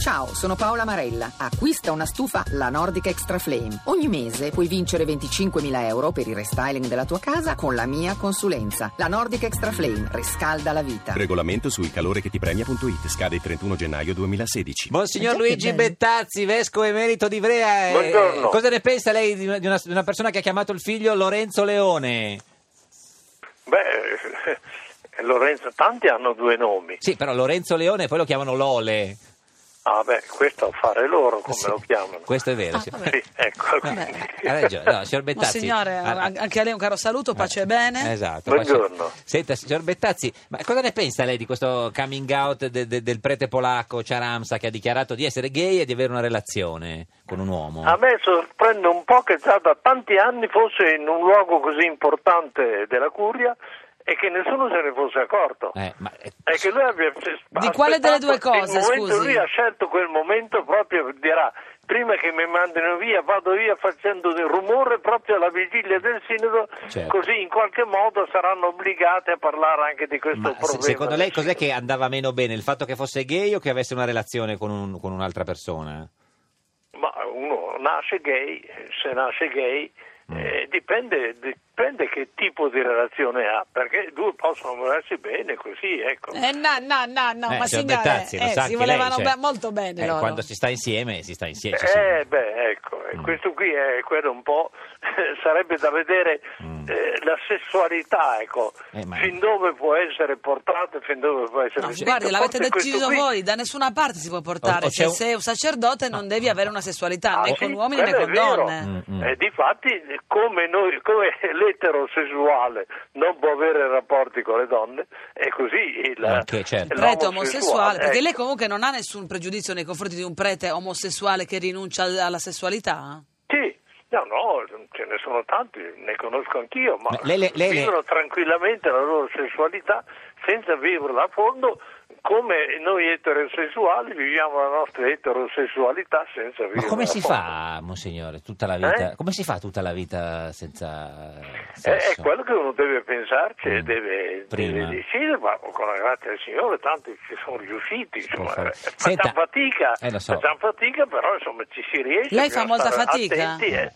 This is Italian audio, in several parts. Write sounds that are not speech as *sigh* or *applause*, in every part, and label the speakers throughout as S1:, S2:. S1: Ciao, sono Paola Marella. Acquista una stufa La Nordic Extra Flame. Ogni mese puoi vincere 25.000 euro per il restyling della tua casa con la mia consulenza. La Nordic Extra Flame riscalda la vita.
S2: Regolamento sul calore che ti premia.it scade il 31 gennaio 2016.
S3: Buon signor
S4: Ma già che
S3: Luigi
S4: bello.
S3: Bettazzi, vescovo emerito di Ivrea. eh,
S5: Buongiorno.
S3: Cosa ne pensa lei di una, di una- di una persona che ha chiamato il figlio Lorenzo Leone?
S5: Beh, *laughs* Lorenzo, tanti hanno due nomi.
S3: Sì, però Lorenzo Leone poi lo chiamano Lole.
S5: Ah, beh, questo a fare loro come
S3: Sì,
S5: lo chiamano.
S3: Questo è vero.
S4: Ah,
S3: sì.
S4: vabbè.
S5: Sì, ecco.
S3: No,
S5: quindi-
S3: ha ragione, no, signor Bettazzi.
S4: Monsignore, eh,
S3: ah, ah,
S4: an- anche a lei un caro saluto, pace e bene.
S3: Esatto.
S5: Buongiorno.
S3: Senta, signor Bettazzi, ma cosa ne pensa lei di questo coming out de- de- del prete polacco Ciaramsa che ha dichiarato di essere gay e di avere una relazione con un uomo?
S5: A me sorprende un po' che già da tanti anni fosse in un luogo così importante della curia e che nessuno se ne fosse accorto.
S3: Eh, ma- eh,
S5: E che lui abbia Di
S4: quale delle due cose, scusi?
S5: Lui ha scelto quel momento proprio, dirà, prima che mi mandino via vado via facendo del rumore proprio alla vigilia del sinodo,
S3: Certo.
S5: così in qualche modo saranno obbligate a parlare anche di questo
S3: ma se-
S5: problema.
S3: secondo lei
S5: del
S3: cos'è
S5: sinodo.
S3: che andava meno bene? Il fatto che fosse gay o che avesse una relazione con, un- con un'altra persona?
S5: Ma uno nasce gay, se nasce gay,
S3: Mm.
S5: eh, dipende, dipende che tipo di relazione ha, perché i due possono volersi bene così, ecco.
S4: Eh, no, no, no, no,
S3: Eh,
S4: ma
S3: signor
S4: signore,
S3: Bettazzi, lo
S4: eh,
S3: sa
S4: si
S3: anche
S4: volevano
S3: lei, cioè,
S4: be- molto bene
S3: eh,
S4: loro.
S3: Quando si sta insieme, si sta insieme. sì, Mm. sì.
S5: Eh beh, ecco, e questo qui è quello un po', *laughs* sarebbe da vedere eh, la sessualità, ecco,
S3: Mm. Eh, ma-
S5: fin dove può essere portata e fin dove può essere...
S4: No,
S5: spinta.
S4: guardi, l'avete
S5: Forse questo
S4: deciso
S5: qui-
S4: voi, da nessuna parte si può portare. cioè,
S3: O- o c'è un-
S4: se
S3: Ah.
S4: sei un sacerdote non devi avere una sessualità
S5: Ah,
S4: né
S5: sì,
S4: con uomini né
S5: quello
S4: con
S5: è vero.
S4: donne.
S3: Mm, mm.
S5: E difatti, come, noi, come *laughs* l'eterosessuale non può avere rapporti con le donne, è così il
S3: Anche, certo.
S4: Il prete
S5: l'omosessuale,
S4: omosessuale, perché
S5: ecco.
S4: lei comunque non ha nessun pregiudizio nei confronti di un prete omosessuale che rinuncia al- alla sessualità?
S5: Sì, no, no, ce ne sono tanti, ne conosco anch'io, ma,
S3: Ma lei le- lei le-
S5: vivono tranquillamente la loro sessualità senza viverla a fondo come noi eterosessuali viviamo la nostra eterosessualità senza viverla
S3: Ma come
S5: a
S3: si
S5: fondo.
S3: fa, monsignore, tutta la vita?
S5: Eh?
S3: Come si fa tutta la vita senza
S5: Eh, È,
S3: sesso?
S5: quello che uno deve pensarci e
S3: Mm.
S5: deve,
S3: Prima.
S5: deve decidere, ma con la grazia del Signore tanti ci sono riusciti, insomma,
S3: fare.
S5: eh,
S3: Senta,
S5: facciamo fatica,
S3: eh, lo so.
S5: facciamo fatica, però insomma ci si riesce.
S4: Lei
S5: bisogna
S4: fa molta
S5: stare
S4: fatica?
S5: attenti, eh,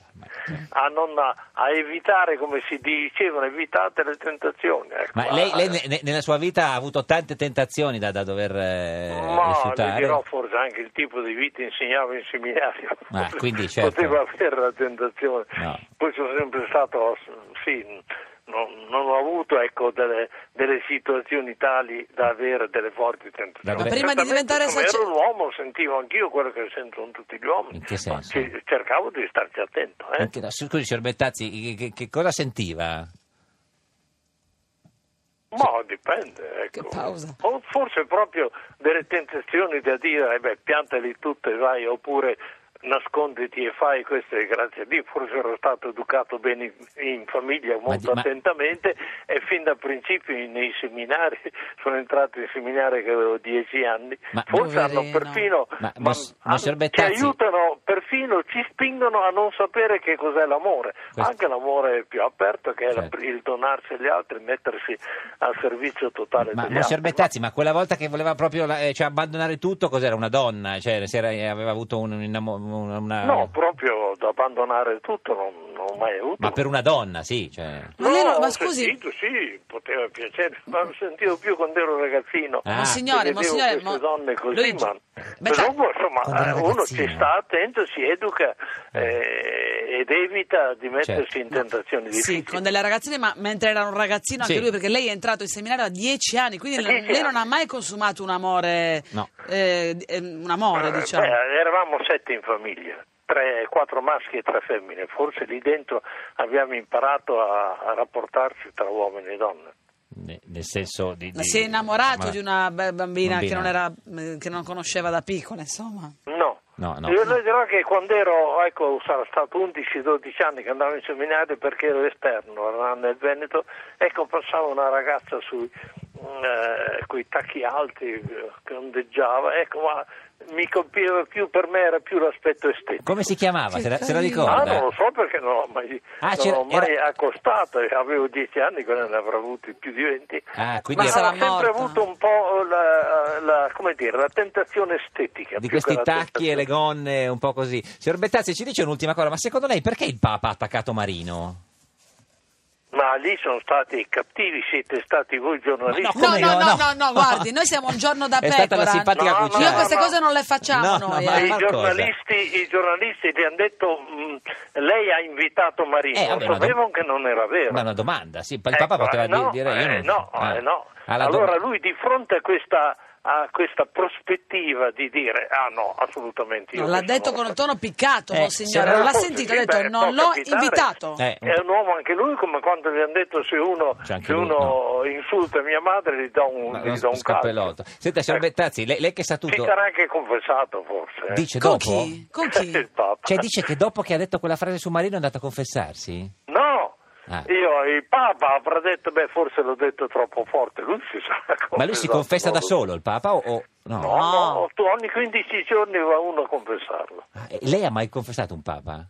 S3: Mm.
S5: a, non, a evitare, come si dicevano, evitate le tentazioni. ecco.
S3: Ma lei, lei ne- ne- nella sua vita ha avuto tante tentazioni da, da dover eh,
S5: Ma le
S3: rifiutare?
S5: dirò eh? forse anche il tipo di vita insegnava in seminario.
S3: *laughs* Ah, quindi, certo.
S5: Poteva avere la tentazione.
S3: No.
S5: Poi sono sempre stato, sì, non, non ho avuto ecco, delle, delle situazioni tali da avere delle forti tentazioni.
S3: Ma prima
S4: di
S5: Certamente,
S4: diventare
S5: come
S4: sacer-
S5: ero un uomo sentivo anch'io quello che sentono tutti gli uomini.
S3: In che
S5: ma
S3: senso?
S5: ci- cercavo di starci attento. eh.
S3: Anche- no, scusi, signor Bettazzi, che, che- che cosa sentiva?
S5: Ma dipende, ecco.
S4: Che pausa.
S5: O forse proprio delle tentazioni da dire, eh beh, piantali tutte e vai, oppure nasconditi e fai queste grazie a Dio. Forse ero stato educato bene in, in famiglia molto
S3: di- ma-
S5: attentamente e fin da principio in- nei seminari, *laughs* sono entrato in seminario che avevo dieci anni,
S3: Ma-
S5: forse hanno
S4: Poverino.
S5: perfino,
S3: Ma mos- signor
S5: ci
S3: Bettazzi-
S5: aiutano perfino, ci spingono a non sapere che cos'è l'amore,
S3: Questo-
S5: anche l'amore più aperto che è la-
S3: Certo.
S5: il donarsi agli altri, mettersi al servizio totale
S3: Ma,
S5: degli
S3: ma signor
S5: altri.
S3: Bettazzi, ma quella volta che voleva proprio la- eh, cioè, abbandonare tutto, cos'era? Una donna? Cioè, si era- eh, aveva avuto un, un innamo- una, una-
S5: No, proprio da abbandonare tutto non, non ho mai avuto.
S3: Ma per una donna, sì. Cioè.
S4: Ma lei non-
S5: No,
S4: ma
S5: ho
S4: scusi-
S5: sentito, sì, poteva piacere, ma lo sentivo più quando ero ragazzino.
S3: Ah.
S4: Monsignore,
S5: Vedevo
S4: monsignore,
S5: queste
S4: mo-
S5: donne così,
S4: Luigi,
S5: ma
S4: Bettazzi-
S5: però, insomma,
S3: Quando era
S5: eh, uno
S3: ragazzino.
S5: ci sta attento, si educa eh, ed evita di mettersi
S3: Certo.
S5: in tentazioni
S4: Sì,
S5: difficili.
S4: con delle ragazzine, ma mentre era un ragazzino anche
S3: Sì.
S4: lui, perché lei è entrato in seminario a dieci anni, quindi
S5: A
S4: l-
S5: dieci
S4: lei non
S5: anni.
S4: ha mai consumato un amore,
S3: No.
S4: eh, di- eh, un amore,
S5: Eh,
S4: diciamo.
S5: beh, eravamo sette in famiglia, tre, quattro maschi e tre femmine. Forse lì dentro abbiamo imparato a, a rapportarci tra uomini e donne.
S3: Ne- Nel senso di...
S4: Ma
S3: di-
S4: si è innamorato
S3: ma-
S4: di una be- bambina, che
S3: Bambina.
S4: non era eh, che non conosceva da piccola, insomma.
S5: No.
S3: No, no.
S5: Io le dirò che quando ero, ecco, sarà stato 11-12 anni che andavo in seminario perché ero esterno, eravamo nel Veneto, ecco passava una ragazza sui, con i tacchi alti, eh, che eh, ondeggiava, ecco, ma mi colpiva più, per me era più l'aspetto estetico.
S3: Come si chiamava?
S6: Che
S3: Se la,
S4: cioè,
S3: se la
S6: carino.
S5: Ah,
S3: ricorda?
S5: non lo so perché non l'ho mai,
S3: Ah,
S5: non
S3: c'era-
S5: l'ho mai
S3: era-
S5: accostata, avevo dieci anni, quando ne avrò avuti più di venti.
S3: Ah, quindi
S5: Ma
S4: Ma
S3: era
S4: sarà
S5: ho sempre
S4: morta.
S5: avuto un po' la, la- come dire, la tentazione estetica.
S3: di
S5: più che
S3: questi
S5: la
S3: tacchi e le
S5: tentazione-
S3: gonne, un po' così. Signor Bettazzi, ci dice un'ultima cosa, ma secondo lei perché il Papa ha attaccato Marino?
S5: Ma lì sono stati i cattivi, siete stati voi giornalisti.
S3: Ma Come
S4: No, no,
S3: no,
S4: no,
S3: no.
S4: no, no, guardi, noi siamo un giorno da
S3: È stata la
S4: pecora.
S3: simpatica
S5: No, no,
S3: cucina.
S5: no, queste cose
S4: non le facciamo
S3: No,
S4: noi,
S3: no, ma
S4: eh.
S5: I
S3: ma cosa?
S5: giornalisti, I giornalisti ti hanno detto mh, lei ha invitato Marino,
S3: Eh, vabbè, una dom-
S5: sapevano che non era vero.
S3: Ma è una domanda, sì, il
S5: Ecco,
S3: Papa poteva
S5: eh,
S3: dire-
S5: no,
S3: dire io
S5: eh,
S3: non-
S5: no,
S3: Ah.
S5: eh, no.
S3: Alla dom-
S5: allora lui di fronte a questa, a questa prospettiva di dire ah no, assolutamente io
S4: No, l'ha
S5: questo
S4: detto
S5: non
S4: con
S5: lo
S4: un tono piccato,
S3: Eh,
S4: monsignore.
S3: se
S4: Non
S3: no-
S4: l'ha sentito, ha
S5: Sì,
S4: detto
S5: beh,
S4: non
S5: può
S4: l'ho
S5: capitare.
S4: invitato.
S3: Eh,
S5: È un uomo anche lui, come quando gli hanno detto se uno,
S3: C'è anche
S5: se
S3: lui,
S5: uno
S3: no.
S5: insulta mia madre gli do un,
S3: Ma
S5: gli
S3: uno
S5: do un
S3: scappellotto.
S5: calcio.
S3: Senta, signor
S5: Ecco,
S3: Bettazzi, lei, lei che sa
S5: Si
S3: tutto,
S5: sarà anche confessato forse. eh.
S3: dice
S4: Con
S3: dopo?
S4: chi? Con chi?
S5: *laughs* Il Papa.
S3: Cioè dice che dopo che ha detto quella frase su Marino è andato a confessarsi?
S5: No,
S3: Ah.
S5: io, il Papa avrà detto, beh forse l'ho detto troppo forte, lui si sarà
S3: Ma lui si confessa
S5: confessato
S3: da
S5: solo.
S3: solo il Papa o, o- no?
S5: No, no, tu ogni 15 giorni va uno a confessarlo.
S3: Ah, e Lei ha mai confessato un Papa?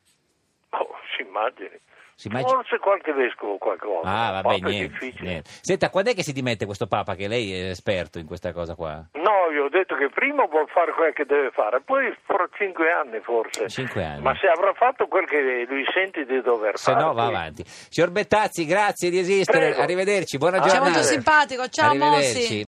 S5: Oh, si immagini.
S3: Si immagina-
S5: Forse qualche vescovo qualche volta.
S3: Ah,
S5: il
S3: vabbè,
S5: Papa è
S3: niente,
S5: difficile.
S3: niente. Senta, quando è che si dimette questo Papa? Che lei è esperto in questa cosa qua.
S5: No, io ho detto che prima vuol fare quel che deve fare, poi fra cinque anni forse.
S3: Cinque anni.
S5: Ma se avrà fatto quel che lui sente di dover
S3: Se
S5: fare.
S3: no va
S5: quindi-
S3: avanti. Signor Bettazzi, grazie di esistere.
S5: Prego.
S3: Arrivederci, buona
S5: Ah,
S3: giornata.
S5: sei molto
S4: simpatico. Ciao,
S3: Arrivederci.
S4: Mossi.